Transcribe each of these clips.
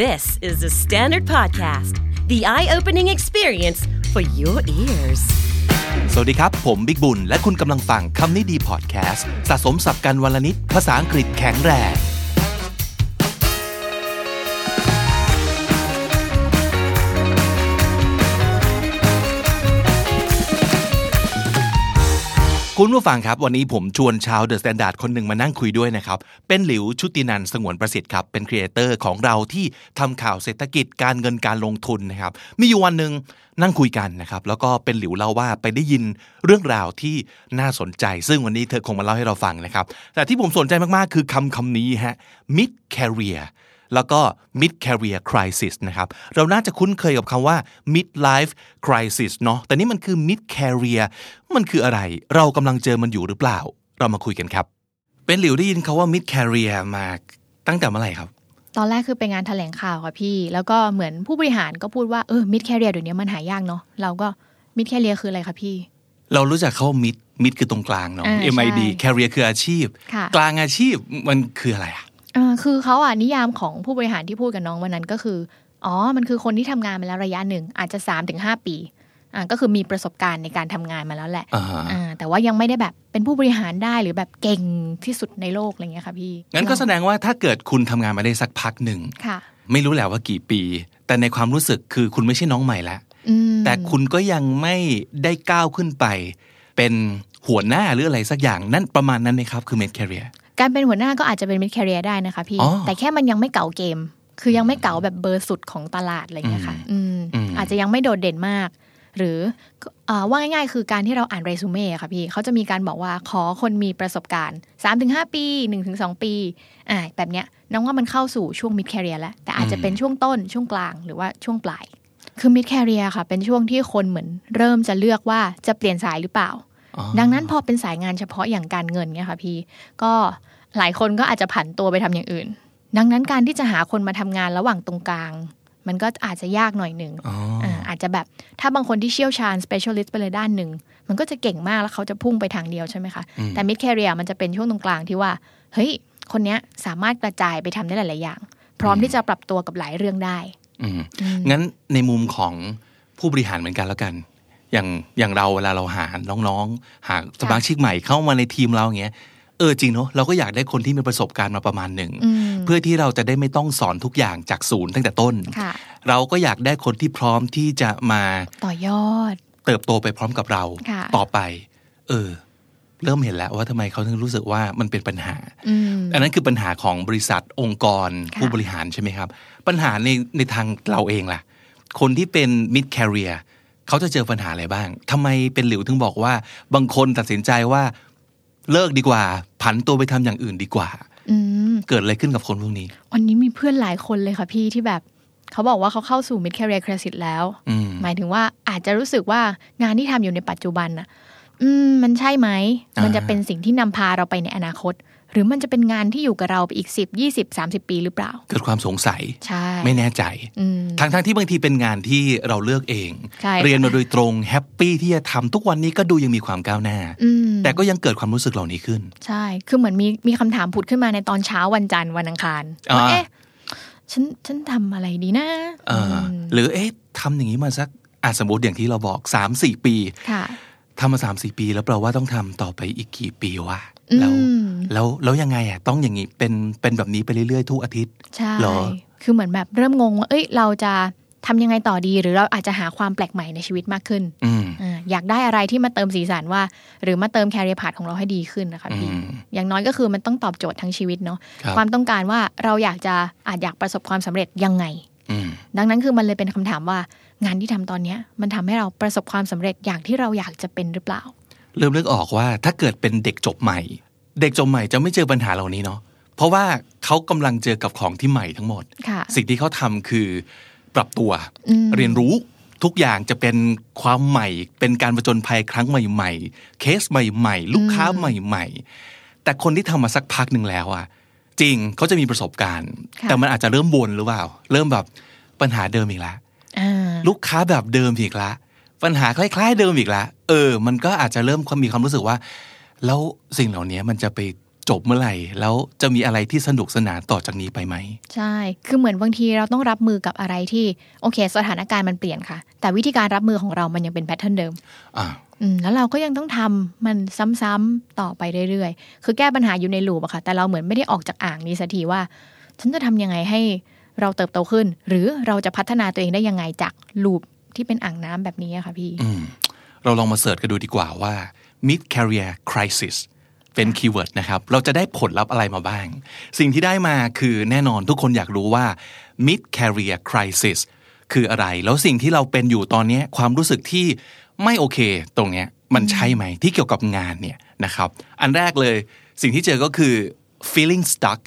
This is the Standard Podcast, the eye opening experience for your ears. สวัสดีครับ ผมบิ๊กบุญ และคุณกำลังฟังคำนี้ดีพอดแคสต์สะสมสับกันวันละนิด ภาษาอังกฤษแข็งแรง คุณผู้ฟังครับ วันนี้ผมชวนชาวเดอะสแตนดาร์ดคนหนึ่งมานั่งคุยด้วยนะครับ เป็นหลิวชุตินันท์สงวนประสิทธิ์ครับ เป็นครีเอเตอร์ของเราที่ทำข่าวเศรษฐกิจการเงินการลงทุนนะครับ มีอยู่วันหนึ่งนั่งคุยกันนะครับ แล้วก็เป็นหลิวเล่าว่าไปได้ยินเรื่องราวที่น่าสนใจ ซึ่งวันนี้เธอคงมาเล่าให้เราฟังนะครับ แต่ที่ผมสนใจมากๆ คือคำคำนี้ฮะ mid career แล้วก็ mid career crisis นะครับ เราน่าจะคุ้นเคยกับคำว่า mid life crisis เนอะแต่นี่มันคือ mid career มันคืออะไร เรากำลังเจอมันอยู่หรือเปล่า เรามาคุยกันครับ เป็นหลิวได้ยินคาว่า mid career มาตั้งแต่เมื่อไหร่ครับ ตอนแรกคือเป็นงานแถลงข่าวค่ะพี่ แล้วก็เหมือนผู้บริหารก็พูดว่าเออมิดแคเรียเดี๋ยวนี้มันหายากเนาะเราก็มิดแคเรียคืออะไรคะพี่ เรารู้จักเขาว่า mid mid คือตรงกลางเนอะ อ่าใช่ mid career คืออาชีพ ค่ะ กลางอาชีพมันคืออะไรอะ เอ่อคือเขาอ่ะนิยามของผู้บริหารที่พูดกับน้องวันนั้นก็คืออ๋อมันคือคนที่ทำงานมาแล้วระยะหนึ่งอาจจะ3าถึงหปีอ่าก็คือมีประสบการณ์ในการทำงานมาแล้วแหละ อ่าฮะ อ่าแต่ว่ายังไม่ได้แบบเป็นผู้บริหารได้หรือแบบเก่งที่สุดในโลกอะไรเงี้ยค่ะพี่ งั้นก็แสดงว่าถ้าเกิดคุณทำงานมาได้สักพักหนึ่ง ค่ะ ไม่รู้แหละว่ากี่ปี แต่ในความรู้สึกคือคุณไม่ใช่น้องใหม่ละ อืม แต่คุณก็ยังไม่ได้ก้าวขึ้นไป เป็นหัวหน้าหรืออะไรสักอย่างนั่นประมาณนั้นไหมครับ คือ mid career การเป็นหัวหน้าก็อาจจะเป็นมิดแคเรียได้นะคะพี่ อ๋อ แต่แค่มันยังไม่เก่าเกม คือยังไม่เก่าแบบเบอร์สุดของตลาดอะไรเงี้ยค่ะอืม อืม อาจจะยังไม่โดดเด่นมาก หรือเอ่อว่าง่ายๆ คือการที่เราอ่านเรซูเม่อะค่ะพี่เขาจะมีการบอกว่าขอคนมีประสบการณ์ 3-5 ปี 1-2 ปีอ่าแบบเนี้ยน้องว่ามันเข้าสู่ช่วงมิดแคเรียแล้ว แต่อาจจะเป็นช่วงต้นช่วงกลางหรือว่าช่วงปลาย คือมิดแคเรียค่ะ เป็นช่วงที่คนเหมือนเริ่มจะเลือกว่าจะเปลี่ยนสายหรือเปล่า อ๋อ ดังนั้นพอเป็นสายงานเฉพาะอย่างการเงินเนี่ยค่ะพี่ก็หลายคนก็อาจจะผันตัวไปทำอย่างอื่น ดังนั้นการที่จะหาคนมาทำงานระหว่างตรงกลาง มันก็อาจจะยากหน่อยหนึ่ง อ๋อ อ่าอาจจะแบบถ้าบางคนที่เชี่ยวชาญ specialist ไปเลยด้านหนึ่ง มันก็จะเก่งมากแล้วเขาจะพุ่งไปทางเดียวใช่ไหมคะ อืม แต่ mid career มันจะเป็นช่วงตรงกลางที่ว่า เฮ้ย คนเนี้ยสามารถกระจายไปทำได้หลาย ๆ อย่าง พร้อมที่จะปรับตัวกับหลายเรื่องได้ อืม อืม งั้นในมุมของผู้บริหารเหมือนกันแล้วกัน อย่างอย่างเราเวลาเราหาน้องๆ หาสมาชิกใหม่เข้ามาในทีมเราอย่างเงี้ยเออจริงเนาะเราก็อยากได้คนที่มีประสบการณ์มาประมาณหนึ่ง อืม เพื่อที่เราจะได้ไม่ต้องสอนทุกอย่างจากศูนย์ตั้งแต่ต้น ค่ะ เราก็อยากได้คนที่พร้อมที่จะมา ต่อยอด เติบโตไปพร้อมกับเรา ค่ะ ต่อไป เออ เริ่มเห็นแล้วว่าทำไมเขาถึงรู้สึกว่ามันเป็นปัญหา อืม อันนั้นคือปัญหาของบริษัทองค์กร ค่ะ ผู้บริหารใช่ไหมครับ ปัญหาในในทางเราเองล่ะ คนที่เป็น mid career เขาจะเจอปัญหาอะไรบ้างทำไมเป็นหลิวถึงบอกว่า บางคนตัดสินใจว่าเลิกดีกว่า ผันตัวไปทำอย่างอื่นดีกว่า อืม เกิดอะไรขึ้นกับคนพวกนี้ วันนี้มีเพื่อนหลายคนเลยค่ะพี่ที่แบบ เขาบอกว่าเขาเข้าสู่ mid career crisis แล้ว อืม หมายถึงว่าอาจจะรู้สึกว่างานที่ทำอยู่ในปัจจุบันน่ะ อืม มันใช่ไหม อ่ามั มันจะเป็นสิ่งที่นำพาเราไปในอนาคต หรือมันจะเป็นงานที่อยู่กับเราไปอีกสิบยี่สิบสามสิบปีหรือเปล่า เกิดความสงสัย ใช่ ไม่แน่ใจ อืม ทั้งทั้งที่บางทีเป็นงานที่เราเลือกเอง ใช่ค่ะ เรียนมาโดยตรงแฮปปี้ที่จะทำทุกวันนี้ก็ดูยังมีความก้าวหน้า อืม แต่ก็ยังเกิดความรู้สึกเหล่านี้ขึ้น ใช่ คือเหมือนมีมีคำถามผุดขึ้นมาในตอนเช้าวันจันทร์วันอังคาร อ่า ว่าเอ๊ะฉันฉันทำอะไรดีนะ เอออ ม หรือเอ๊ะทำอย่างนี้มาสักอาสมมติอย่างที่เราบอก 3 4 ปี ค่ะ ทำมา 3 4 ปี แล้วแปลว่าต้องทำต่อไปอีกกี่ปีวะ อืม แล้วแล้วแล้วยังไงอ่ะต้องอย่างนี้เป็นเป็นแบบนี้ไปเรื่อยๆทุกอาทิตย์ ใช่ หรอ คือเหมือนแบบเริ่มงงว่า เอ้ย เราจะทำยังไงต่อดี หรือเราอาจจะหาความแปลกใหม่ในชีวิตมากขึ้น อืม อ่าอยากได้อะไรที่มาเติมสีสันว่า หรือมาเติมแคริเอร์พาของเราให้ดีขึ้นนะคะพี่ อืม อย่างน้อยก็คือมันต้องตอบโจทย์ทั้งชีวิตเนาะ ครับ ความต้องการว่าเราอยากจะอาจอยากประสบความสำเร็จยังไง อืม ดังนั้นคือมันเลยเป็นคำถามว่า งานที่ทำตอนเนี้ยมันทำให้เราประสบความสำเร็จอย่างที่เราอยากจะเป็นหรือเปล่า เริ่มนึกออกว่าถ้าเกิดเป็นเด็กจบใหม่ เด็กจบใหม่จะไม่เจอปัญหาเหล่านี้เนาะเพราะว่าเขากำลังเจอกับของที่ใหม่ทั้งหมด ค่ะ สิ่งที่เขาทำคือปรับตัว อืม เรียนรู้ทุกอย่างจะเป็นความใหม่ เป็นการประจนภัยครั้งใหม่ๆ เคสใหม่ๆ ลูกค้าใหม่ๆ แต่คนที่ทำมาสักพักหนึ่งแล้วอะจริงเขาจะมีประสบการณ์ ค่ะ แต่มันอาจจะเริ่มวนหรือเปล่า เริ่มแบบปัญหาเดิมอีกแล้ว อ่า ลูกค้าแบบเดิมอีกละ ปัญหาคล้าย ๆ เดิมอีกละ เออ มันก็อาจจะเริ่มความมีความรู้สึกว่า แล้วสิ่งเหล่านี้มันจะไป จบเมื่อไหร่ แล้วจะมีอะไรที่สนุกสนานต่อจากนี้ไปไหม ใช่ คือเหมือนบางทีเราต้องรับมือกับอะไรที่ โอเค สถานการณ์มันเปลี่ยนค่ะ แต่วิธีการรับมือของเรามันยังเป็นแพทเทิร์นเดิม อ่า อืมแล้วเราก็ยังต้องทำมันซ้ำๆต่อไปเรื่อยๆ คือแก้ปัญหาอยู่ในลูปอะค่ะ แต่เราเหมือนไม่ได้ออกจากอ่างนี้สักทีว่า ฉันจะทำยังไงให้เราเติบโตขึ้น หรือเราจะพัฒนาตัวเองได้ยังไงจากลูปที่เป็นอ่างน้ำแบบนี้อะค่ะพี่ อืมเราลองมาเสิร์ชกันดูดีกว่าว่า mid career crisis เป็นคีย์เวิร์ดนะครับ เราจะได้ผลลัพธ์อะไรมาบ้าง สิ่งที่ได้มาคือแน่นอนทุกคนอยากรู้ว่า mid career crisis คืออะไร แล้วสิ่งที่เราเป็นอยู่ตอนเนี้ยความรู้สึกที่ไม่โอเคตรงเนี้ยมันใช่ไหมที่เกี่ยวกับงานเนี่ยนะครับ อันแรกเลยสิ่งที่เจอก็คือ feeling stuck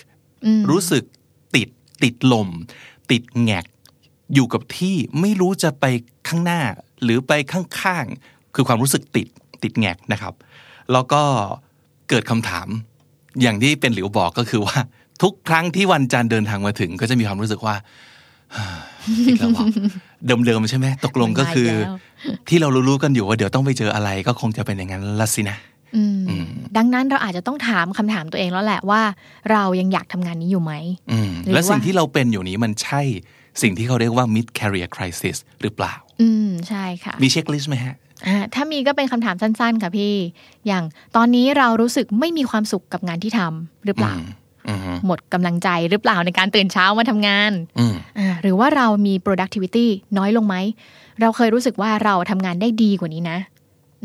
รู้สึกติดติดลม ติดแงก อยู่กับที่ไม่รู้จะไปข้างหน้าหรือไปข้างๆ คือความรู้สึกติดติดแงกนะครับ แล้วก็เกิดคำถาม อย่างที่เป็นหลิวบอกก็คือว่า ทุกครั้งที่วันจันทร์เดินทางมาถึง ก็จะมีความรู้สึกว่า อีกแล้วเหรอ เดิมๆใช่ไหมตกลงก็คือ มาอีกแล้ว ที่เรารู้ๆกันอยู่ว่าเดี๋ยวต้องไปเจออะไรก็คงจะเป็นอย่างนั้นละสินะ อืมดังนั้นเราอาจจะต้องถามคำถามตัวเองแล้วแหละว่า เรายังอยากทำงานนี้อยู่ไหม อืม หรือ และสิ่ง ว่า ที่เราเป็นอยู่นี้มันใช่ สิ่งที่เขาเรียกว่า mid career crisis หรือเปล่า อืมใช่ค่ะ มีเช็คลิสต์ไหมฮะ อ่าถ้ามีก็เป็นคำถามสั้นๆ ค่ะพี่ อย่างตอนนี้เรารู้สึกไม่มีความสุขกับงานที่ทำหรือเปล่า อืม หมดกำลังใจหรือเปล่าในการตื่นเช้ามาทำงาน อืม อ่าหรือว่าเรามี productivity น้อยลงไหม เราเคยรู้สึกว่าเราทำงานได้ดีกว่านี้นะ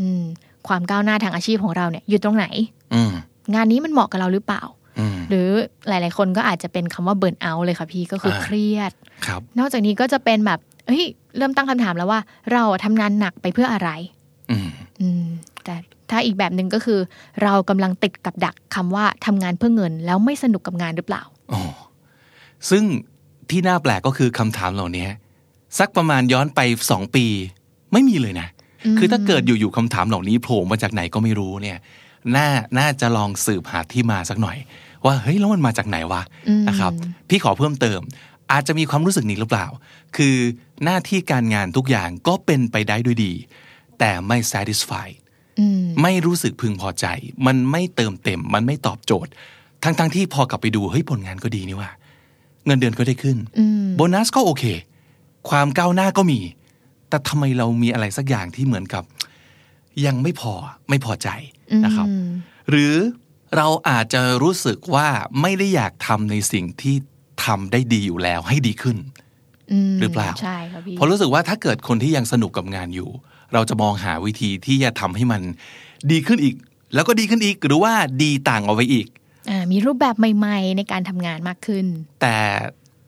อืม ความก้าวหน้าทางอาชีพของเราเนี่ยอยู่ตรงไหน อืม งานนี้มันเหมาะกับเราหรือเปล่า อืม หรือหลายๆ คนก็อาจจะเป็นคำว่าเบิร์นเอาเลยค่ะพี่ก็คือ อ่า เครียด ครับ นอกจากนี้ก็จะเป็นแบบเฮ้ยเริ่มตั้งคำถามแล้วว่า เราทำงานหนักไปเพื่ออะไร อืม อืมแต่ถ้าอีกแบบหนึ่งก็คือ เรากำลังติดกับดักคำว่าทำงานเพื่อเงิน แล้วไม่สนุกกับงานหรือเปล่า อ๋อ ซึ่งที่น่าแปลกก็คือคำถามเหล่านี้สักประมาณย้อนไปสองปี ไม่มีเลยนะ คือถ้าเกิดอยู่ๆคำถามเหล่านี้โผล่มาจากไหนก็ไม่รู้เนี่ย น่า น่าจะลองสืบหาที่มาสักหน่อย ว่าเฮ้ยแล้วมันมาจากไหนวะ อืม นะครับ พี่ขอเพิ่มเติม อาจจะมีความรู้สึกนี้หรือเปล่า คือหน้าที่การงานทุกอย่างก็เป็นไปได้ด้วยดี แต่ไม่ satisfied อืม ไม่รู้สึกพึงพอใจ มันไม่เติมเต็ม มันไม่ตอบโจทย์ ทั้งๆทที่พอกลับไปดู เฮ้ย ผลงานก็ดีนี่ว่า เงินเดือนก็ได้ขึ้น อืม โบนัสก็โอเค ความก้าวหน้าก็มี แต่ทำไมเรามีอะไรสักอย่างที่เหมือนกับ ยังไม่พอ ไม่พอใจนะครับ อืม หรือเราอาจจะรู้สึกว่าไม่ได้อยากทำในสิ่งที่ทำได้ดีอยู่แล้วให้ดีขึ้น ม หรือเปล่า ใช่ค่ะพี่ เพราะรู้สึกว่าถ้าเกิดคนที่ยังสนุกกับงานอยู่ เราจะมองหาวิธีที่จะทำให้มันดีขึ้นอีก แล้วก็ดีขึ้นอีกหรือว่าดีต่างเอาไว้อีก อ่ามีรูปแบบใหม่ ๆ ในการทำงานมากขึ้น แต่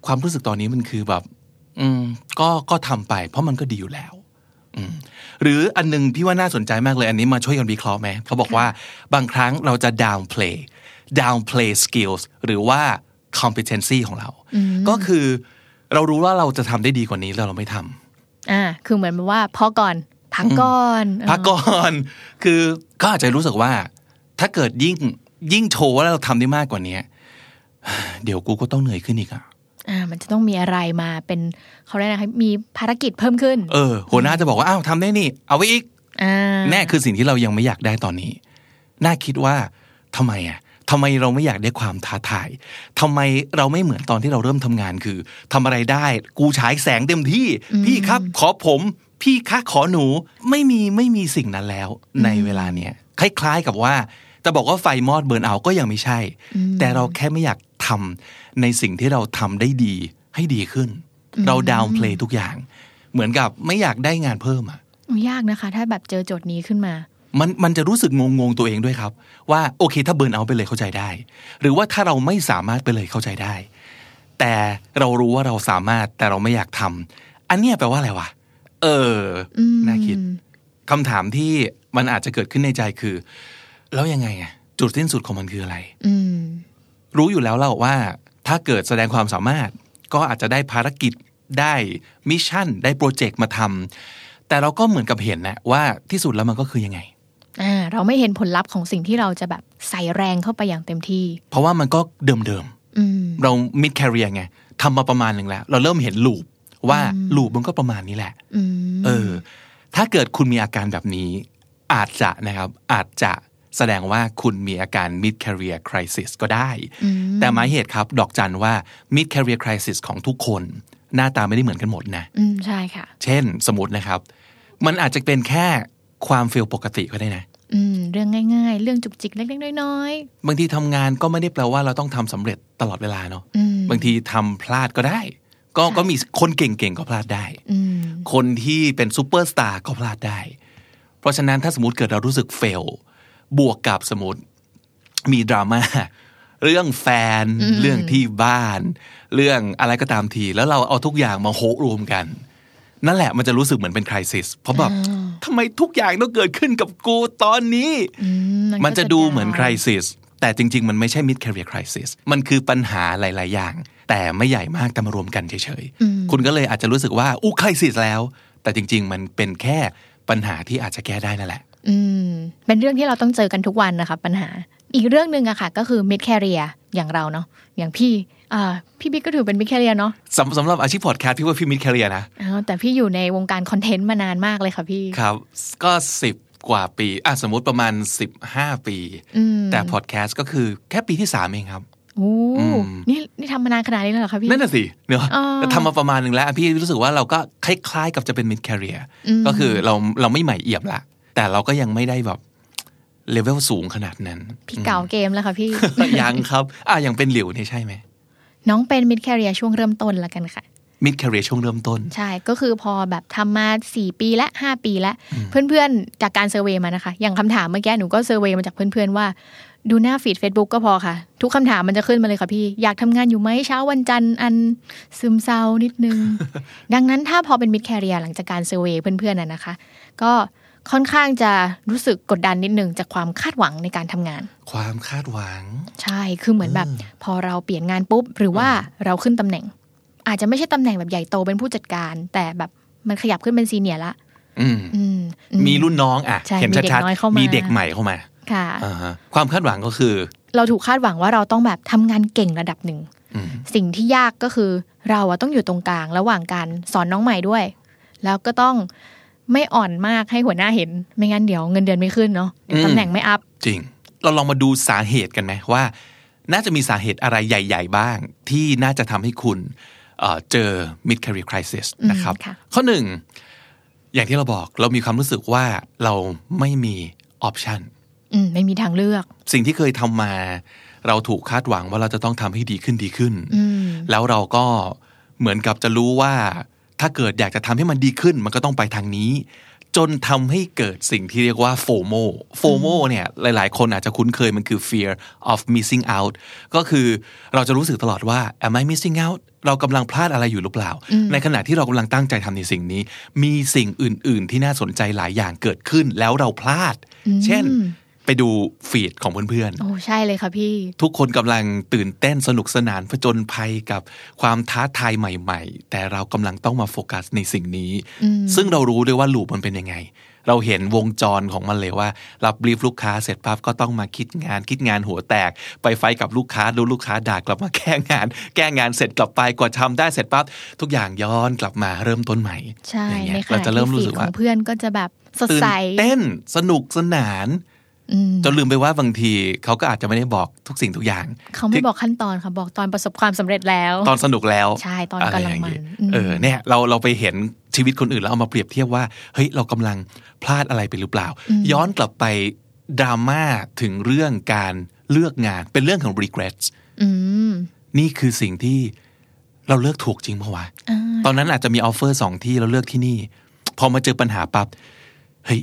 ความรู้สึกตอนนี้มันคือแบบ อืมก็ก็ทำไป เพราะมันก็ดีอยู่แล้ว อืมหรืออันหนึงพี่ว่าน่าสนใจมากเลย อันนี้มาช่วยกันวิเคราะห์ไหมเขาบอกว่าบางครั้งเราจะ downplay downplay skills หรือว่า competency ของเรา ก็คือเรารู้ว่าเราจะทำได้ดีกว่านี้แต่เราไม่ทำ อ่า คือเหมือนแบบว่าพอก่อนพักก่อนเออ พักก่อน คือก็อาจจะรู้สึกว่า ถ้าเกิดยิ่งยิ่งโชว์ว่าเราทำได้มากกว่านี้ เดี๋ยวกูก็ต้องเหนื่อยขึ้นอีกอะ อ่า มันจะต้องมีอะไรมาเป็นเขาเรียกนะคะมีภารกิจเพิ่มขึ้น เออหัวหน้าจะบอกว่าอ้าวทำได้นี่ เอาไว้อีก อ่า แน่คือสิ่งที่เรายังไม่อยากได้ตอนนี้ น่าคิดว่าทำไมอะทำไมเราไม่อยากได้ความท้าทายทำไมเราไม่เหมือนตอนที่เราเริ่มทำงานคือทำอะไรได้ กูฉายแสงเต็มที่ พี่ครับ ขอผม พี่คะขอหนู ไม่มีไม่มีสิ่งนั้นแล้ว ในเวลาเนี้ยคล้ายๆกับว่า แต่บอกว่าไฟมอดเบิร์นเอาท์ก็ยังไม่ใช่ แต่เราแค่ไม่อยากทำในสิ่งที่เราทำได้ดีให้ดีขึ้น เราดาวน์เพลย์ทุกอย่าง เหมือนกับไม่อยากได้งานเพิ่มอะ ยากนะคะ ถ้าแบบเจอโจทย์นี้ขึ้นมา มันมันจะรู้สึกงงงๆตัวเองด้วยครับ ว่าโอเคถ้าเบิร์นเอาท์ไปเลยเข้าใจได้ หรือว่าถ้าเราไม่สามารถไปเลยเข้าใจได้ แต่เรารู้ว่าเราสามารถแต่เราไม่อยากทำอันเนี้ยแปลว่าอะไรวะเอออ ม น่าคิดคำถามที่มันอาจจะเกิดขึ้นในใจคือ แล้วยังไงอะจุดสิ้นสุดของมันคืออะไร อืม รู้อยู่แล้วเราว่าถ้าเกิดแสดงความสามารถ ก็อาจจะได้ภารกิจได้มิชชั่น ได้โปรเจกต์มาทำแต่เราก็เหมือนกับเห็นนะว่าที่สุดแล้วมันก็คือยังไง อ่า เราไม่เห็นผลลัพธ์ของสิ่งที่เราจะแบบใส่แรงเข้าไปอย่างเต็มที่ เพราะว่ามันก็เดิม อืม ๆ เรา mid career ไงทำมาประมาณหนึ่งแล้ว เราเริ่มเห็นลูปว่าลูปมันก็ประมาณนี้แหละ อืม เออ ถ้าเกิดคุณมีอาการแบบนี้ อาจจะนะครับ อาจจะ แสดงว่าคุณมีอาการ mid career crisis ก็ได้ อืม แต่หมายเหตุครับ ดอกจันว่า mid career crisis ของทุกคน หน้าตาไม่ได้เหมือนกันหมดนะ อืมใช่ค่ะ เช่นสมมตินะครับ มันอาจจะเป็นแค่ความฟีลปกติก็ได้นะ อืม เรื่องง่าย ๆ เรื่องจุกจิกเล็กๆน้อย บางทีทำงานก็ไม่ได้แปลว่าเราต้องทำสำเร็จตลอดเวลาเนาะ ๆอืม บางทีทำพลาดก็ได้ ก็ก็มีคนเก่งๆก็พลาดได้ อืม คนที่เป็นซูเปอร์สตาร์ก็พลาดได้ เพราะฉะนั้นถ้าสมมติเกิดเรารู้สึกเฟล บวกกับสมมติมีดราม่า เรื่องแฟน เรื่องที่บ้าน เรื่องอะไรก็ตามที แล้วเราเอาทุกอย่างมาโฮะรวมกัน นั่นแหละมันจะรู้สึกเหมือนเป็นคริสิสเพราะแบบทำไมทุกอย่างต้องเกิดขึ้นกับกูตอนนี้ อื มันจะ ก็ ดูเหมือน ดาว crisis แต่จริง ๆ มันไม่ใช่ mid career crisis มันคือปัญหาหลาย ๆ อย่าง แต่ไม่ใหญ่มากแต่มารวมกันเฉย ๆ คุณก็เลยอาจจะรู้สึกว่า อู้ crisis แล้ว แต่จริง ๆ มันเป็นแค่ปัญหาที่อาจจะแก้ได้นั่นแหละ อืม เป็นเรื่องที่เราต้องเจอกันทุกวันนะคะปัญหา อีกเรื่องหนึ่งอะค่ะ ก็คือ mid career อย่างเราเนาะอย่างพี่อ่าพี่บิ๊กก็ถือเป็น mid career เนาะ สำสำหรับอาชีพพอดแคสต์พี่ว่าพี่ mid career นะ อ้าวแต่พี่อยู่ในวงการคอนเทนต์มานานมากเลยค่ะพี่ ครับ ก็ 10 กว่าปี อ่ะ สมมติประมาณ 15 ปี อืม แต่พอดแคสต์ก็คือแค่ปีที่ 3 เองครับ โอ้ อืม นี่นี่ทำมานานขนาดนี้เลยเหรอคะพี่ นั่นน่ะสิเนอะ อ่า แต่ทำมาประมาณหนึ่งแล้วอ่ะพี่รู้สึกว่าเราก็คล้ายๆกับจะเป็น mid career ก็คือเราเราไม่ใหม่เอี่ยมละแต่เราก็ยังไม่ได้แบบเลเวลสูงขนาดนั้น พี่เก่าเกมแล้วค่ะพี่ ยังครับ อ่ะยังเป็นหลิวนี่ใช่ไหม น้องเป็น mid career ช่วงเริ่มต้นละกันค่ะ mid career ช่วงเริ่มต้น ใช่ ก็คือพอแบบทำมา 4 ปีและ 5 ปีและ เพื่อนๆ จากการเซอร์เวย์มานะคะ อย่างคำถามเมื่อกี้หนูก็เซอร์เวย์มาจากเพื่อนๆ ว่า ดูหน้าฟีด Facebook ก็พอค่ะ ทุกคำถามมันจะขึ้นมาเลยค่ะพี่ อยากทำงานอยู่ไหมเช้าวันจันทร์อันซึมเศร้านิดนึ ง ดังนั้นถ้าพอเป็นมิดแคเรียหลังจากการเซอร์เวย์เพื่อนๆน่ะนะคะ ก็ค่อนข้างจะรู้สึกกดดันนิดนึงจากความคาดหวังในการทำงาน ความคาดหวัง ใช่ คือเหมือนแบบ พอเราเปลี่ยนงานปุ๊บ หรือว่าเราขึ้นตำแหน่ง อาจจะไม่ใช่ตำแหน่งแบบใหญ่โตเป็นผู้จัดการ แต่แบบมันขยับขึ้นเป็นซีเนียร์ละ อืม อืมอื มีรุ่นน้องอ่ะ ใช่ เห็น มีเด็ก ชัด น้อยเข้า ๆ มามี มีเด็กใหม่เข้ามา ค่ะ อ่าฮะความคาดหวังก็คือ เราถูกคาดหวังว่าเราต้องแบบทำงานเก่งระดับหนึ่ง อืม สิ่งที่ยากก็คือเราอะต้องอยู่ตรงกลางระหว่างการสอนน้องใหม่ด้วย แล้วก็ต้องไม่อ่อนมากให้หัวหน้าเห็น ไม่งั้นเดี๋ยวเงินเดือนไม่ขึ้นเนาะเดี๋ยว อืม ตำแหน่งไม่อัพ จริง เราลองมาดูสาเหตุกันไหมว่า น่าจะมีสาเหตุอะไรใหญ่ ๆ บ้าง ที่น่าจะทำให้คุณเอ่อเจอ mid career crisis อืม นะครับ ค่ะ ข้อหนึ่ง อย่างที่เราบอกเรามีความรู้สึกว่าเราไม่มี option อืมไม่มีทางเลือก สิ่งที่เคยทำมา เราถูกคาดหวังว่าเราจะต้องทำให้ดีขึ้นดีขึ้น อืม แล้วเราก็เหมือนกับจะรู้ว่า ถ้าเกิดอยากจะทำให้มันดีขึ้น มันก็ต้องไปทางนี้ จนทำให้เกิดสิ่งที่เรียกว่าโฟโมโฟโมเนี่ย หลายๆ คนอาจจะคุ้นเคยมันคือ fear of missing out ก็คือเราจะรู้สึกตลอดว่า am I missing out เรากำลังพลาดอะไรอยู่หรือเปล่า ในขณะที่เรากำลังตั้งใจทำในสิ่งนี้ มีสิ่งอื่น ๆ ที่น่าสนใจหลายอย่างเกิดขึ้น แล้วเราพลาด เช่น ไปดูฟีดของเพื่อนๆ โอ้ใช่เลยค่ะพี่ ทุกคนกำลังตื่นเต้นสนุกสนานผจญภัยกับความท้าทายใหม่ ๆ แต่เรากำลังต้องมาโฟกัสในสิ่งนี้ ซึ่งเรารู้ด้วยว่าลูปมันเป็นยังไง เราเห็นวงจรของมันเลยว่า รับบรีฟลูกค้าเสร็จปั๊บก็ต้องมาคิดงานคิดงานหัวแตก ไปไฟท์กับลูกค้าดูลูกค้าด่ากลับมาแก้งาน แก้งานเสร็จกลับไปกว่าทำได้เสร็จปั๊บทุกอย่างย้อนกลับมาเริ่มต้นใหม่ ใช่ อย่างเงี้ ใน ย ข เรา ณะ จะเริ่ม ที่ รู้ ฟี สึ ด ก ขอ ว่า งเพื่อนก็จะแบบสด ตื่น ใส เต้นสนุกสนาน อืม จนลืมไปว่าบางทีเขาก็อาจจะไม่ได้บอกทุกสิ่งทุกอย่าง เขาไม่บอกขั้นตอนค่ะ บอกตอนประสบความสำเร็จแล้ว ตอนสนุกแล้ว ใช่ตอนะ ไร กำลัง ย่า มันอืม เออเนี่ยเราเราไปเห็นชีวิตคนอื่นแล้วเอามาเปรียบเทียบว่าเฮ้ยเรากำลังพลาดอะไรไปหรือเปล่า ย้อนกลับไปดราม่าถึงเรื่องการเลือกงานเป็นเรื่องของ regrets อืม นี่คือสิ่งที่เราเลือกถูกจริงปะวะ อ่า ตอนนั้นอาจจะมีออฟเฟอร์สองที่เราเลือกที่นี่ พอมาเจอปัญหาปั๊บเฮ้ย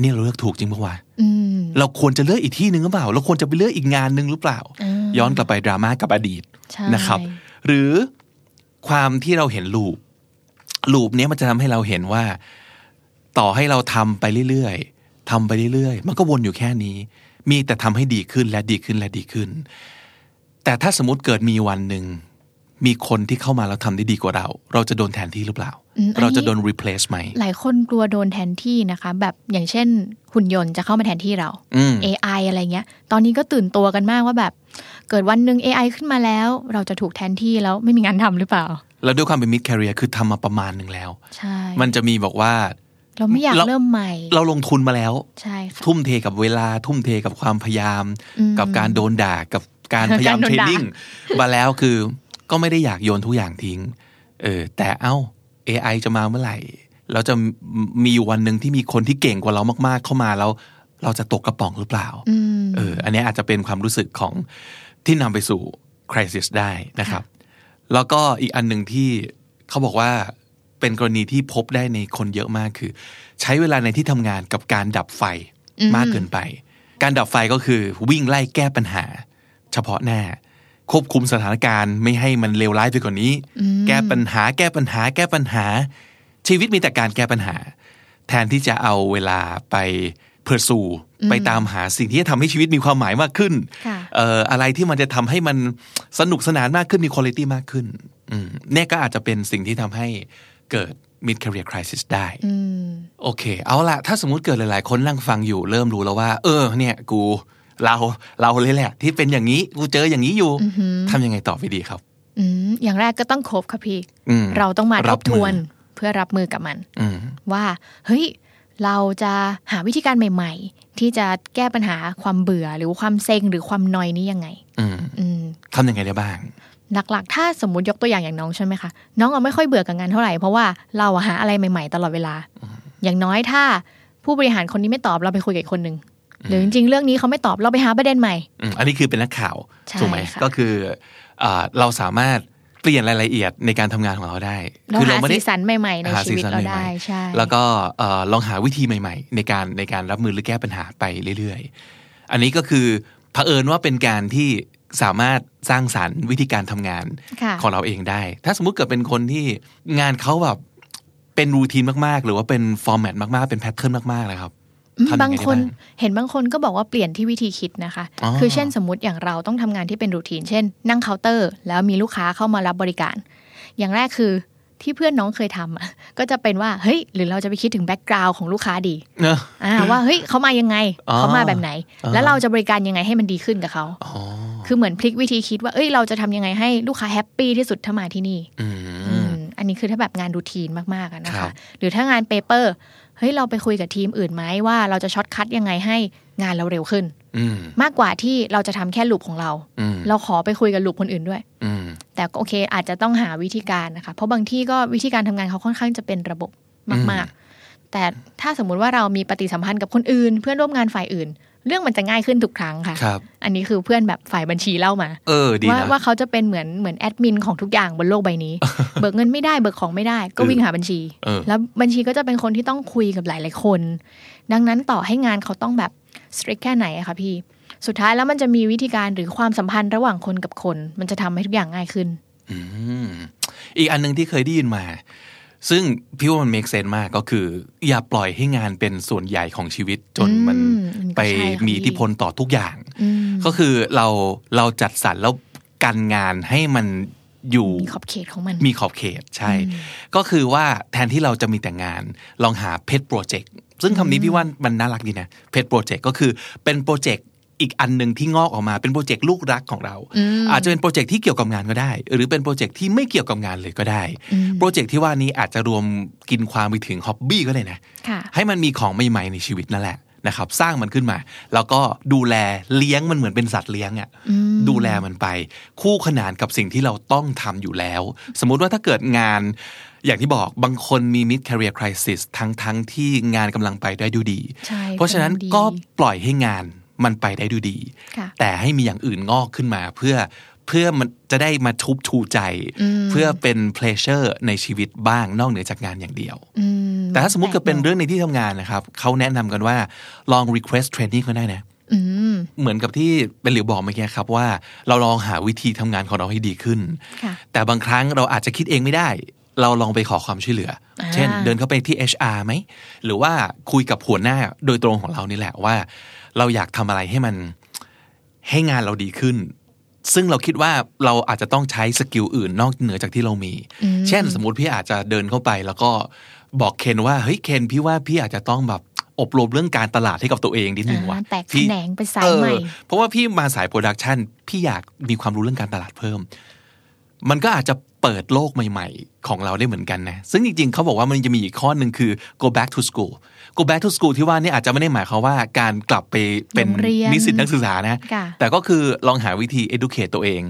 นี่เราเลือกถูกจริงปะวะ อืม เราควรจะเลือกอีกที่หนึ่งหรือเปล่า เราควรจะไปเลือกอีกงานหนึ่งหรือเปล่า อ่า ย้อนกลับไปดราม่ากับอดีต ใช่ นะครับ หรือความที่เราเห็นลูป ลูปเนี้ยมันจะทำให้เราเห็นว่า ต่อให้เราทำไปเรื่อยๆทำไปเรื่อยๆ มันก็วนอยู่แค่นี้ มีแต่ทำให้ดีขึ้นและดีขึ้นและดีขึ้น แต่ถ้าสมมติเกิดมีวันหนึ่ง มีคนที่เข้ามาแล้วทำได้ดีกว่าเรา เราจะโดนแทนที่หรือเปล่า อืมอันนี้ เราจะโดน replace ไหม หลายคนกลัวโดนแทนที่นะคะ แบบอย่างเช่นหุ่นยนต์จะเข้ามาแทนที่เรา อืม AI อะไรเงี้ย ตอนนี้ก็ตื่นตัวกันมากว่าแบบ เกิดวันหนึ่ง AI ขึ้นมาแล้ว เราจะถูกแทนที่แล้วไม่มีงานทำหรือเปล่า แล้วด้วยความเป็น mid career คือทำมาประมาณหนึ่งแล้ว ใช่ มันจะมีบอกว่า เราไม่อยาก เรา เริ่มใหม่ เราลงทุนมาแล้ว ใช่ค่ะ ทุ่มเทกับเวลาทุ่มเทกับความพยายาม อืม กับการโดนด่ากับการพยายาม การโด เท น รน ด่า นิ่งมาแล้วคือก็ไม่ได้อยากโยนทุกอย่างทิ้งเออแต่เอ้า AI จะมาเมื่อไหร่ เราจะมีวันหนึ่งที่มีคนที่เก่งกว่าเรามากๆ เข้ามาแล้ว เราจะตกกระป๋องหรือเปล่า อืม เออ อันนี้อาจจะเป็นความรู้สึกของที่นำไปสู่ crisis ได้นะครับ แล้วก็อีกอันหนึ่งที่เขาบอกว่าเป็นกรณีที่พบได้ในคนเยอะมากคือ ใช้เวลาในที่ทำงานกับการดับไฟ อืม มากเกินไป การดับไฟก็คือวิ่งไล่แก้ปัญหา เฉพาะหน้า ควบคุมสถานการณ์ไม่ให้มันเลวร้ายไปกว่านนี้ แก้ปัญหา แก้ปัญหา แก้ปัญหา ชีวิตมีแต่การแก้ปัญหา แทนที่จะเอาเวลาไปเพ r s สูไปตามหาสิ่งที่จะทำให้ชีวิตมีความหมายมากขึ้น ค่ะ เอ่ออะไรที่มันจะทำให้มันสนุกสนานมากขึ้นมีคุณภาพมากขึ้นอืมเนี่ยก็อาจจะเป็นสิ่งที่ทำให้เกิด mid career crisis ได้ อืม โอเค เอาละถ้าสมมุติเกิดหลายๆ คนนั่งฟังอยู่เริ่มรู้แล้วว่า เออ เนี่ย กู เราเราเลยแหละ ที่เป็นอย่างนี้ กูเจออย่างนี้อยู่ทำยังไงต่อไปดีครับ อืมอย่างแรกก็ต้องครบค่ะพี่ อืม เราต้องมาท รับบมือ ทวนเพื่อรับมือกับมัน อืม ว่าเฮ้ยเราจะหาวิธีการใหม่ ๆ ที่จะแก้ปัญหาความเบื่อหรือความเซ็งหรือความนอยนี้ยังไง อืม อืม ทำยังไงได้บ้าง หลักๆ ถ้าสมมติยกตัวอย่างอย่างน้องใช่ไหมคะ น้องอะไม่ค่อยเบื่อกับงานเท่าไหร่ เพราะว่าเราอะหาอะไรใหม่ๆ ตลอดเวลา อย่างน้อยถ้าผู้บริหารคนนี้ไม่ตอบเราไปคุยกับอีกคนหนึ่งหรือจริงๆเรื่องนี้เขาไม่ตอบเราไปหาประเด็นใหม่ อืมอันนี้คือเป็นนักข่าว ใช่ ถูกไหม ค่ะ ก็คือเอ่อเราสามารถเปลี่ยนรายละเอียดในการทำงานของเราได้ เรา คื หา ไม่ได้ สีสันใหม่ๆใน ห ชีวิสีตสัน เรา ใหม่ๆ ได้ใช่ แล้วก็เอ่อลองหาวิธีใหม่ ๆ ในการในการรับมือหรือแก้ปัญหาไปเรื่อยๆ อันนี้ก็คือเผอิญว่าเป็นการที่สามารถสร้างสรรค์วิธีการทำงาน ค่ะ ของเราเองได้ ถ้าสมมุติเกิดเป็นคนที่งานเขาแบบเป็นรูทีนมากๆ หรือว่าเป็นฟอร์แมตมากๆ เป็นแพทเทิร์นมากๆเลยครับ อืม ทำยัไได้ บางคนเห็นบางคนก็บอกว่าเปลี่ยนที่วิธีคิดนะคะ อ๋อ คือเช่นสมมติอย่างเราต้องทำงานที่เป็นรูทีน เช่น นั่งเคาน์เตอร์ แล้วมีลูกค้าเข้ามารับบริการ อย่างแรกคือที่เพื่อนน้องเคยทำอะ ก็จะเป็นว่าเฮ้ยหรือเราจะไปคิดถึงแบ็กกราวน์ของลูกค้าดี เนอะ อ่าว่าเฮ้ยเขามายังไง อ๋อ เขามาแบบไหน อ่า แล้วเราจะบริการยังไงให้มันดีขึ้นกับเขา อ๋อ คือเหมือนพลิกวิธีคิดว่าเอ้ยเราจะทำยังไงให้ลูกค้าแฮปปี้ที่สุดถ้ามาที่นี่ อื อื ม มอันนี้คือถ้าแบบงานรูทีนมากๆอะนะ ครั คะ บ หรือถ้างานเปเปอร์เฮ้ยเราไปคุยกับทีมอื่นไหมว่าเราจะช็อตคัดยังไงให้งานเราเร็วขึ้น อืม มากกว่าที่เราจะทำแค่ลูปของเรา อืม เราขอไปคุยกับลูปคนอื่นด้วย อืม แต่ก็โอเคอาจจะต้องหาวิธีการนะคะ เพราะบางที่ก็วิธีการทำงานเขาค่อนข้างจะเป็นระบบมากๆ แต่ถ้าสมมุติว่าเรามีปฏิสัมพันธ์กับคนอื่น เพื่อนร่วมงานฝ่ายอื่น เรื่องมันจะง่ายขึ้นทุกครั้งค่ะ ครับ อันนี้คือเพื่อนแบบฝ่ายบัญชีเล่ามา เออ ดี ว่า นะ ว่าเขาจะเป็นเหมือนเหมือนแอดมินของทุกอย่างบนโลกใบนี้ เบิกเงินไม่ได้เบิกของไม่ได้ ก็ เออ วิ่งหาบัญชี เออ แล้วบัญชีก็จะเป็นคนที่ต้องคุยกับหลาย ๆ คน ดังนั้นต่อให้งานเขาต้องแบบ strict แค่ไหนอะคะพี่ สุดท้ายแล้วมันจะมีวิธีการหรือความสัมพันธ์ระหว่างคนกับคน มันจะทำให้ทุกอย่างง่ายขึ้น อืมอีกอันหนึ่งที่เคยได้ยินมา ซึ่งพี่ว่ามัน make sense มากก็คือ อย่าปล่อยให้งานเป็นส่วนใหญ่ของชีวิตจนมัน อืมมันก็ ไป ใช่ค่ะ มีอิทธิ พี่ พลต่อทุกอย่าง อืม ก็คือเราเราจัดสรรแล้วกันงานให้มันอยู่ มีขอบเขตของมัน มีขอบเขตใช่ ก็คือว่าแทนที่เราจะมีแต่งานลองหาเพจโปรเจกต์ซึ่งคำนี้พี่ว่ามันน่ารักดีนะเพจโปรเจกต์ก็คือเป็นโปรเจกต์อีกอันหนึ่งที่งอกออกมาเป็นโปรเจกต์ลูกรักของเรา อืม อาจจะเป็นโปรเจกต์ที่เกี่ยวกับงานก็ได้ หรือเป็นโปรเจกต์ที่ไม่เกี่ยวกับงานเลยก็ได้ อืม โปรเจกต์ที่ว่านี้อาจจะรวมกินความไปถึงฮ็อบบี้ก็ได้นะ ค่ะ ให้มันมีของใหม่ๆในชีวิตนั่นแหละนะครับ สร้างมันขึ้นมา แล้วก็ดูแลเลี้ยงมันเหมือนเป็นสัตว์เลี้ยงอะ่ะ อืม ดูแลมันไป คู่ขนานกับสิ่งที่เราต้องทำอยู่แล้ว สมมุติว่าถ้าเกิดงาน อย่างที่บอกบางคนมี mid career crisis ทั้งทั้งๆที่งานกำลังไปได้ดูดี ใช่ เพราะฉะนั้น ดี ก็ปล่อยให้งานมันไปได้ดูดี ค่ะ แต่ให้มีอย่างอื่นงอกขึ้นมาเพื่อเพื่อมันจะได้มาทุบชูใจ อืม เพื่อเป็น pleasure ในชีวิตบ้างนอกเหนือจากงานอย่างเดียว อื แต่ถ้าสมมติเกิดเป็น แล เรื่องในที่ทำงานนะครับ เขาแนะนำกันว่าลอง request training ก็ได้นะ อืม เหมือนกับที่เป็นหลิวบอกเมื่อกี้ครับว่า เราลองหาวิธีทำงานของเราให้ดีขึ้น ค่ะ แต่บางครั้งเราอาจจะคิดเองไม่ได้ เราลองไปขอความช่วยเหลือ อ่า เช่น เดินเข้าไปที่ HR ไหม หรือว่าคุยกับหัวหน้าโดยตรงของเรานี่แหละว่า เราอยากทำอะไรให้มันให้งานเราดีขึ้น ซึ่งเราคิดว่าเราอาจจะต้องใช้สกิลอื่นนอกเหนือจากที่เรามี เช่น สมมติพี่อาจจะเดินเข้าไป แล้วก็บอกเคนว่าเฮ้ยเคนพี่ว่าพี่อาจจะต้องแบบอบรมเรื่องการตลาดให้กับตัวเองนิดนึงว่ะ อ่าแตกแข พี่ นงไปสายใหม่ เออเพราะว่าพี่มาสายโปรดักชันพี่อยากมีความรู้เรื่องการตลาดเพิ่ม มันก็อาจจะ เปิดโลกใหม่ๆ ของเราได้เหมือนกันนะ ซึ่งจริงๆ เขาบอกว่ามันจะมีอีกข้อหนึ่งคือ go back to school go back to school ที่ว่าเนี่ยอาจจะไม่ได้หมายความว่าการกลับไปเป็น โรงเรียน นิสิตนักศึกษานะ ค่ะ แต่ก็คือลองหาวิธี educate ตัวเอง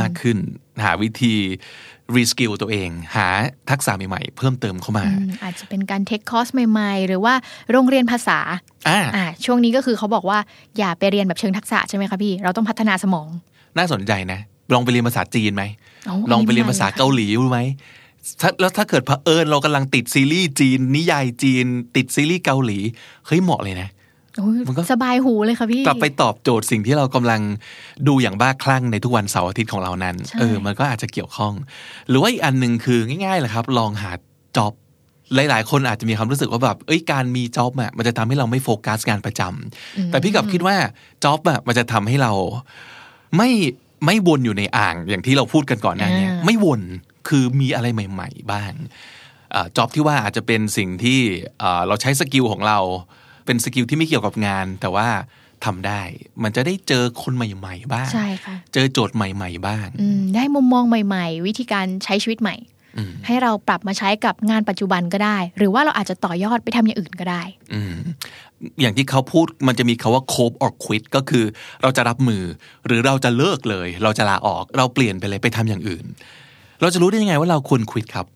มากขึ้น หาวิธี reskill ตัวเอง หาทักษะใหม่ๆ เพิ่มเติมเข้ามา อืมอาจจะเป็นการเทคคอร์สใหม่ๆ หรือว่าโรงเรียนภาษา อ่า อ่าช่วงนี้ก็คือเขาบอกว่าอย่าไปเรียนแบบเชิงทักษะใช่ไหมคะพี่ เราต้องพัฒนาสมอง น่าสนใจนะ ลองไปเรียนภาษาจีนไหม โอ้ ลองไปเรียนภาษาเกาหลีดูไหมถ้าแล้วถ้าเกิดเผอิญเรากำลังติดซีรีส์จีน นิยายจีน ติดซีรีส์เกาหลี เฮ้ยเหมาะเลยนะ โอ้ย มันก็ สบายหูเลยค่ะพี่ กลับไปตอบโจทย์สิ่งที่เรากำลังดูอย่างบ้าคลั่งในทุกวันเสาร์อาทิตย์ของเรานั้น ใช่ เออ มันก็อาจจะเกี่ยวข้อง หรือว่าอีกอันหนึ่งคือง่ายๆแหละครับ ลองหาจ็อบ หลายๆ คนอาจจะมีความรู้สึกว่าแบบ เอ้ย การมีจ็อบอ่ะ มันจะทำให้เราไม่โฟกัสงานประจำ แต่พี่กลับคิดว่าจ็อบอ่ะ มันจะทำให้เรา ไม่ไม่วนอยู่ในอ่างอย่างที่เราพูดกันก่อนหน้าเนี้ย อ่า ไม่วนคือมีอะไรใหม่ๆบ้างจ็อบที่ว่าอาจจะเป็นสิ่งที่เอ่อเราใช้สกิลของเรา เป็นสกิลที่ไม่เกี่ยวกับงาน แต่ว่าทำได้ มันจะได้เจอคนใหม่ๆบ้าง ใช่ค่ะ เจอโจทย์ใหม่ๆบ้าง อืมได้มุมมองใหม่ๆ วิธีการใช้ชีวิตใหม่ อืม ให้เราปรับมาใช้กับงานปัจจุบันก็ได้ หรือว่าเราอาจจะต่อยอดไปทำอย่างอื่นก็ได้ อืมอย่างที่เขาพูดมันจะมีคาว่า cope or quit ก็คือเราจะรับมือ หรือเราจะเลิกเลย เราจะลาออกเราเปลี่ยนไปเลยไปทำอย่างอื่น เราจะรู้ได้ยังไงว่าเราควร quit ครับ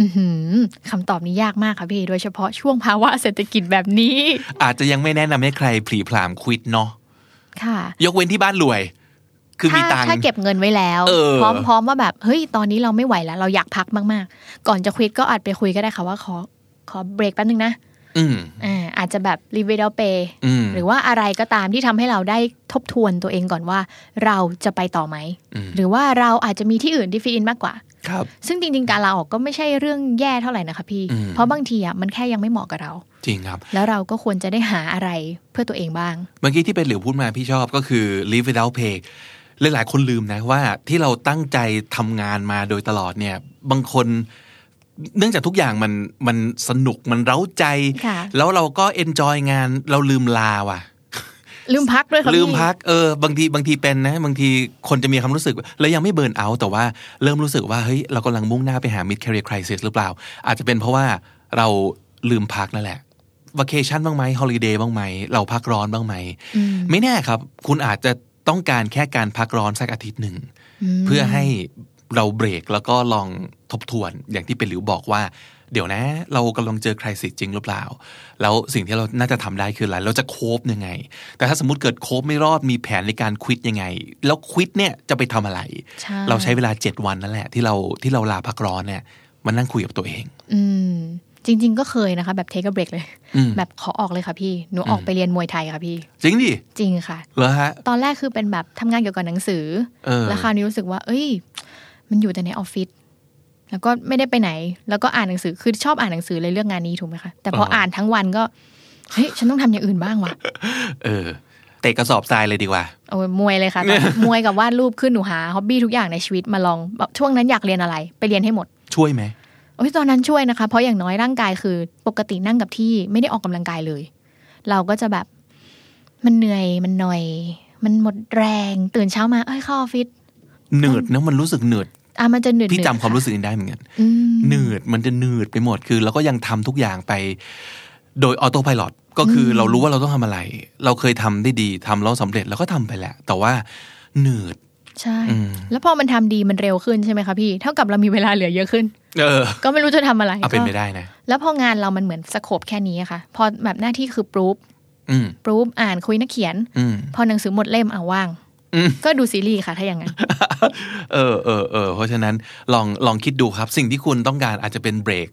อือหือคำตอบนี้ยากมากค่ะพี่ โดยเฉพาะช่วงภาวะเศรษฐกิจแบบนี้ อาจจะยังไม่แนะนำให้ใครผลีผลามควิดเนาะ ค่ะ ยกเว้นที่บ้านรวย คือมี ถ้า ตังค์ ถ้าเก็บเงินไว้แล้ว เออ พร้อมพร้อมว่าแบบ เฮ้ย ตอนนี้เราไม่ไหวแล้ว เราอยากพักมากๆ ก่อนจะคุยก็อาจไปคุยก็ได้ค่ะว่าขอขอเบรกแป๊บนึงนะ อืม อ่าอาจจะแบบรีเวดเปย์ อืม หรือว่าอะไรก็ตามที่ทำให้เราได้ทบทวนตัวเองก่อนว่า เราจะไปต่อไหม ม หรือว่าเราอาจจะมีที่อื่นที่ฟีอินมากกว่า ครับ ซึ่งจริงๆ การลาออกก็ไม่ใช่เรื่องแย่เท่าไหร่นะคะพี่ อืม เพราะบางทีอ่ะมันแค่ยังไม่เหมาะกับเรา จริงครับ แล้วเราก็ควรจะได้หาอะไรเพื่อตัวเองบ้าง เมื่อกี้ที่เป็นหลิวพูดมาพี่ชอบก็คือ live without pay หลายๆ คนลืมนะว่าที่เราตั้งใจทำงานมาโดยตลอดเนี่ย บางคนเนื่องจากทุกอย่างมันมันสนุกมันเร้าใจ ค่ะ แล้วเราก็ enjoy งานเราลืมลาว่ะ ลืมพักด้วยค่ะ ลืม พี่ พักเออบางทีบางทีเป็นนะ บางทีคนจะมีความรู้สึก แล้วยังไม่เบิร์นเอาท์แต่ว่าเริ่มรู้สึกว่าเฮ้ยเรากำลังมุ่งหน้าไปหา mid career crisis หรือเปล่า อาจจะเป็นเพราะว่าเราลืมพักนั่นแหละวั c a t i o n บ้างไหมฮอลิเดย์บ้างไหม เราพักร้อนบ้างไหม อืม ไม่แน่ครับ คุณอาจจะต้องการแค่การพักร้อนสักอาทิตย์หนึ่ง เพื่อให้เราเบรกแล้วก็ลองทบทวนอย่างที่เป็นหลิวบอกว่า เดี๋ยวนะ เรากำลังเจอคริสิสจริงหรือเปล่า แล้วสิ่งที่เราน่าจะทำได้คืออะไรเราจะโคบยังไง แต่ถ้าสมมติเกิดโคบไม่รอดมีแผนในการควิดยังไง แล้วควิดเนี่ยจะไปทำอะไร ใช่ เราใช้เวลา 7 วันนั่นแหละ ที่เราที่เราลาพักร้อนเนี่ยมันนั่งคุยกับตัวเอง อืม จริง ๆ ก็เคยนะคะ แบบ take a break เลย อืม แบบขอออกเลยค่ะพี่ หนูออกไปเรียนมวยไทยค่ะพี่ จริงดิ จริงค่ะ เหรอฮะ ตอนแรกคือเป็นแบบทำงานเกี่ยวกับหนังสือ เออ แล้วคราวนี้รู้สึกว่า เอ้ย มันอยู่แต่ในออฟฟิศ แล้วก็ไม่ได้ไปไหน แล้วก็อ่านหนังสือ คือชอบอ่านหนังสือเลยเรื่องงานนี้ถูกไหมคะ แต่พออ่านทั้งวันก็ เฮ้ย ฉันต้องทำอย่างอื่นบ้างว่ะ เออเตะกระสอบทรายเลยดีกว่า โอ้ยมวยเลยค่ะตอนนี้ มวยกับวาดรูปขึ้นหนูหาฮ็อบบี้ทุกอย่างในชีวิตมาลองแบบช่วงนั้นอยากเรียนอะไร ไปเรียนให้หมด ช่วยไหม โอ้ยตอนนั้นช่วยนะคะ เพราะอย่างน้อยร่างกายคือ ปกตินั่งกับที่ไม่ได้ออกกำลังกายเลย เราก็จะแบบ มันเหนื่อยมันหน่อย มันหมดแรง ตื่นเช้ามาเอ้ยเข้าออฟฟิศ เนิร์ดนะมันรู้สึกเนิร์ด อ่ะมันจะเหนื่อย พี่จำความรู้สึกนี้ได้เหมือนกัน อืม หนืดมันจะหนืดไปหมดคือเราก็ยังทำทุกอย่างไป โดยออโต้พายロก็คืออเรารู้ว่าเราต้องทำอะไร เราเคยทำได้ดีทำแล้วสำเร็จแล้วก็ทำไปแหละ แต่ว่าหนืด ใช่ อืม แล้วพอมันทำดีมันเร็วขึ้นใช่ไหมคะพี่ เท่ากับเรามีเวลาเหลือเยอะขึ้น เออ ก็ไม่รู้จะทำอะไร เอาเป็นไป ก็ ได้นะ แล้วพองานเรามันเหมือนสโคปแค่นี้อะค่ะ พอแบบหน้าที่คือปรูฟ อืม ปรูฟอ่านคุยนักเขียน อืม พอหนังสือหมดเล่มเอาว่าง อืม ก็ดูซีรีส์ค่ะ ถ้าอย่างนั้น เออเออเออเพราะฉะนั้นลองลองคิดดูครับ สิ่งที่คุณต้องการอาจจะเป็นเบรก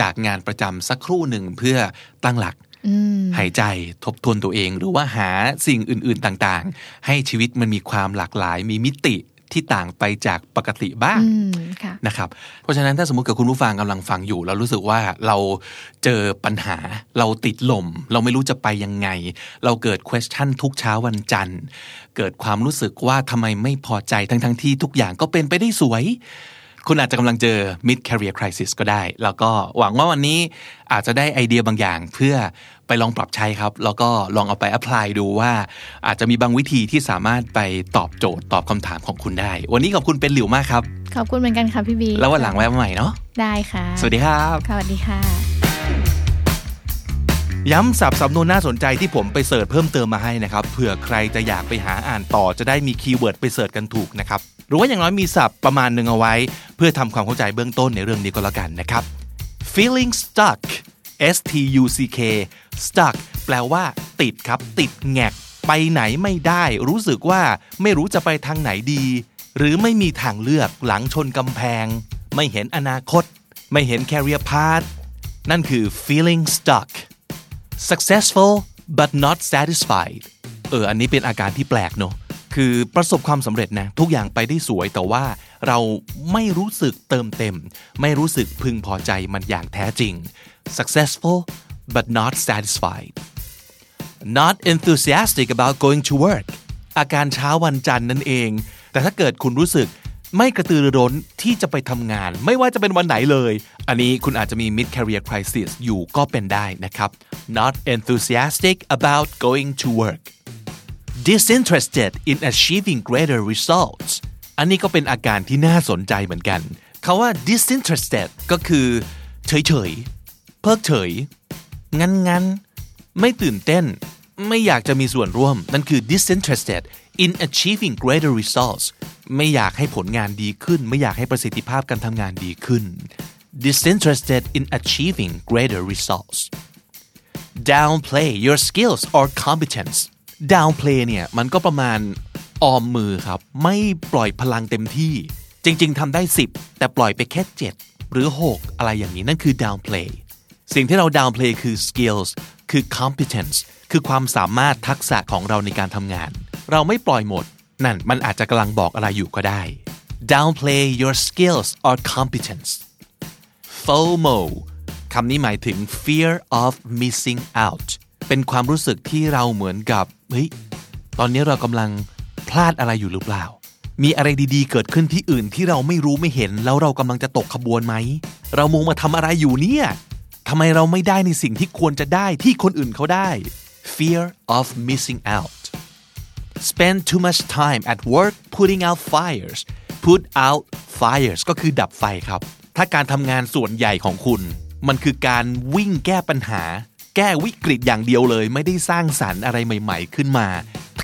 จากงานประจำสักครู่หนึ่งเพื่อตั้งหลัก อืม หายใจทบทวนตัวเองหรือว่าหาสิ่งอื่น ๆ ต่างๆ ให้ชีวิตมันมีความหลากหลาย มีมิติที่ต่างไปจากปกติบ้าง อืม ค่ะ นะครับเพราะฉะนั้นถ้าสมมติเกิดคุณผู้ฟังกำลังฟังอยู่ แล้วรู้สึกว่าเราเจอปัญหาเราติดลม เราไม่รู้จะไปยังไง เราเกิด question ทุกเช้าวันจันทร์ เกิดความรู้สึกว่าทำไมไม่พอใจทั้งๆที่ทุกอย่างก็เป็นไปได้สวย คุณอาจจะกำลังเจอ mid career crisis ก็ได้ แล้วก็หวังว่าวันนี้อาจจะได้ไอเดียบางอย่างเพื่อไปลองปรับใช้ครับ แล้วก็ลองเอาไป apply ดูว่า อาจจะมีบางวิธีที่สามารถไปตอบโจทย์ตอบคำถามของคุณได้ วันนี้ขอบคุณเป็นหลิวมากครับ ขอบคุณเหมือนกันค่ะพี่บี แล้ววันหลังแวะมาใหม่เนาะ ได้ค่ะ สวัสดีครับ สวัสดีค่ะ ย้ำสับสำนวนน่าสนใจที่ผมไปเสิร์ชเพิ่มเติมมาให้นะครับเผื่อใครจะอยากไปหาอ่านต่อจะได้มีคีย์เวิร์ดไปเสิร์ชกันถูกนะครับหรือว่าอย่างน้อยมีศัพท์ประมาณหนึ่งเอาไว้ เพื่อทำความเข้าใจเบื้องต้นในเรื่องนี้ก็แล้วกันนะครับ feeling stuck S T U C K stuck แปลว่า ติดครับ ติดแงก ไปไหนไม่ได้ รู้สึกว่าไม่รู้จะไปทางไหนดี หรือไม่มีทางเลือกหลังชนกำแพง ไม่เห็นอนาคต ไม่เห็น career path นั่นคือ feeling stuck successful but not satisfied เออ อันนี้เป็นอาการที่แปลกเนอะ คือประสบความสำเร็จนะ ทุกอย่างไปได้สวยแต่ว่าเราไม่รู้สึกเติมเต็ม ไม่รู้สึกพึงพอใจมันอย่างแท้จริง successful but not satisfied not enthusiastic about going to work อาการเช้าวันจันทร์นั่นเอง แต่ถ้าเกิดคุณรู้สึกไม่กระตือรือร้นที่จะไปทำงาน ไม่ว่าจะเป็นวันไหนเลย อันนี้คุณอาจจะมี mid career crisis อยู่ก็เป็นได้นะครับ not enthusiastic about going to work disinterested in achieving greater results อันนี้ก็เป็นอาการที่น่าสนใจเหมือนกัน คาว่า disinterested ก็คือ เฉยเฉยๆเพิกเฉย งั้นงั้นๆไม่ตื่นเต้น ไม่อยากจะมีส่วนร่วม นั่นคือ disinterested in achieving greater results ไม่อยากให้ผลงานดีขึ้น ไม่อยากให้ประสิทธิภาพการทำงานดีขึ้น disinterested in achieving greater results downplay your skills or competence downplay เนี่ย มันก็ประมาณออมมือครับ ไม่ปล่อยพลังเต็มที่ จริง ๆทำได้ 10 แต่ปล่อยไปแค่ 7 หรือ 6 อะไรอย่างนี้นั่นคือ downplay สิ่งที่เรา downplay คือ skills คือ competence คือความสามารถทักษะของเราในการทำงาน เราไม่ปล่อยหมด นั่นมันอาจจะกำลังบอกอะไรอยู่ก็ได้ downplay your skills or competence FOMO คำนี้หมายถึง fear of missing out เป็นความรู้สึกที่เราเหมือนกับ เฮ้ย ตอนนี้เรากำลังพลาดอะไรอยู่หรือเปล่า มีอะไรดีๆ เกิดขึ้นที่อื่นที่เราไม่รู้ไม่เห็น แล้วเรากำลังจะตกขบวนไหม เรามงมาทำอะไรอยู่เนี่ยทำไมเราไม่ได้ในสิ่งที่ควรจะได้ที่คนอื่นเขาได้ fear of missing out spend too much time at work putting out fires put out fires ก็คือดับไฟครับ ถ้าการทำงานส่วนใหญ่ของคุณ มันคือการวิ่งแก้ปัญหา แก้วิกฤตอย่างเดียวเลย ไม่ได้สร้างสารรค์อะไรใหม่ ๆ ขึ้นมา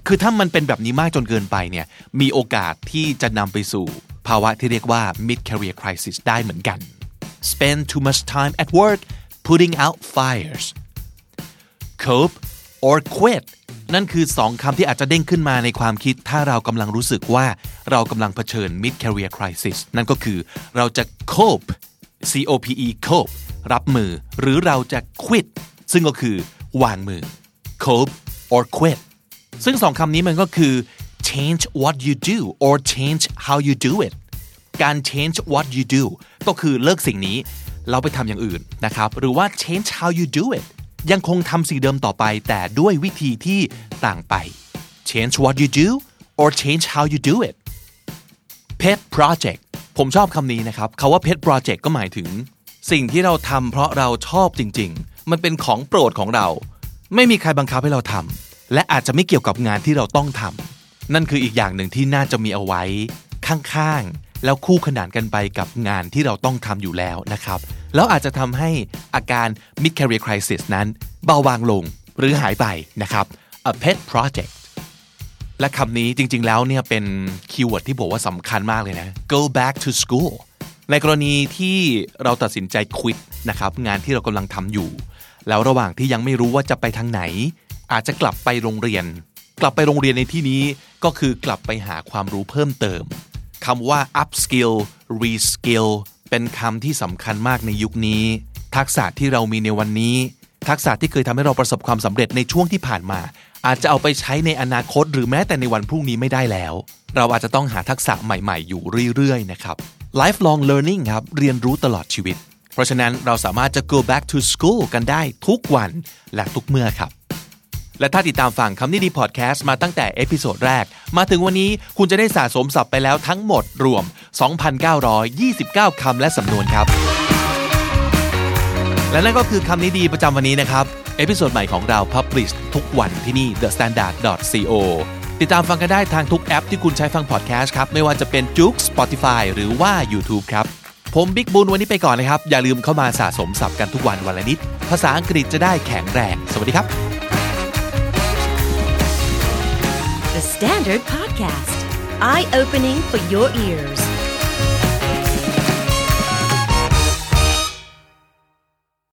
คือถ้ามันเป็นแบบนี้มากจนเกินไปเนี่ย มีโอกาสที่จะนำไปสู่ ภาวะที่เรียกว่า mid career crisis ได้เหมือนกัน spend too much time at work putting out fires cope or quit นั่นคือสองคำที่อาจจะเด้งขึ้นมาในความคิด ถ้าเรากำลังรู้สึกว่าเรากำลังเผชิญ mid career crisis นั่นก็คือเราจะ cope C O P E cope รับมือ หรือเราจะ quit ซึ่งก็คือ วางมือ cope or quit ซึ่งสองคำนี้มันก็คือ change what you do or change how you do it การ change what you do ก็คือเลิกสิ่งนี้ เราไปทำอย่างอื่นนะครับ หรือว่า change how you do it ยังคงทำสิ่งเดิมต่อไป แต่ด้วยวิธีที่ต่างไป change what you do or change how you do it pet project ผมชอบคำนี้นะครับคาว่า pet project ก็หมายถึง สิ่งที่เราทำเพราะเราชอบจริง ๆ มันเป็นของโปรดของเรา ไม่มีใครบังคับให้เราทำและอาจจะไม่เกี่ยวกับงานที่เราต้องทำนั่นคืออีกอย่างหนึ่งที่น่าจะมีเอาไว้ ข้างๆ แล้วคู่ขนานกันไปกับงานที่เราต้องทำอยู่แล้วนะครับ แล้วอาจจะทำให้อาการ mid career crisis นั้น เบาบางลงหรือหายไปนะครับ a pet project และคำนี้จริง ๆ แล้วเนี่ยเป็นคีย์เวิร์ดที่บอกว่าสำคัญมากเลยนะ go back to school ในกรณีที่เราตัดสินใจควิดนะครับ งานที่เรากำลังทำอยู่ แล้วระหว่างที่ยังไม่รู้ว่าจะไปทางไหน อาจจะกลับไปโรงเรียน กลับไปโรงเรียนในที่นี้ก็คือกลับไปหาความรู้เพิ่มเติม คำว่า upskill reskill เป็นคำที่สำคัญมากในยุคนี้ ทักษะที่เรามีในวันนี้ ทักษะที่เคยทำให้เราประสบความสำเร็จในช่วงที่ผ่านมา อาจจะเอาไปใช้ในอนาคตหรือแม้แต่ในวันพรุ่งนี้ไม่ได้แล้ว เราอาจจะต้องหาทักษะใหม่ๆ อยู่เรื่อยๆ นะครับ lifelong learning ครับ เรียนรู้ตลอดชีวิต เพราะฉะนั้นเราสามารถจะ go back to school กันได้ทุกวันและทุกเมื่อครับ และถ้าติดตามฟังคำนี้ดีพอดแคสต์มาตั้งแต่เอพิโซดแรก มาถึงวันนี้คุณจะได้สะสมศัพท์ไปแล้วทั้งหมดรวม 2,929 คำและสำนวนครับ และนั่นก็คือคำนี้ดีประจำวันนี้นะครับ เอพิโซดใหม่ของเรา Publish ทุกวันที่นี่ The Standard co ติดตามฟังกันได้ทางทุกแอปที่คุณใช้ฟังพอดแคสต์ครับ ไม่ว่าจะเป็น j u k Spotify หรือว่า YouTube ครับ ผมบิ๊กบุญวันนี้ไปก่อนนะครับ อย่าลืมเข้ามาสะสมศัพท์กันทุกวันวันละนิด ภาษาอังกฤษจะได้แข็งแรง สวัสดีครับ The Standard Podcast, eye opening for your ears.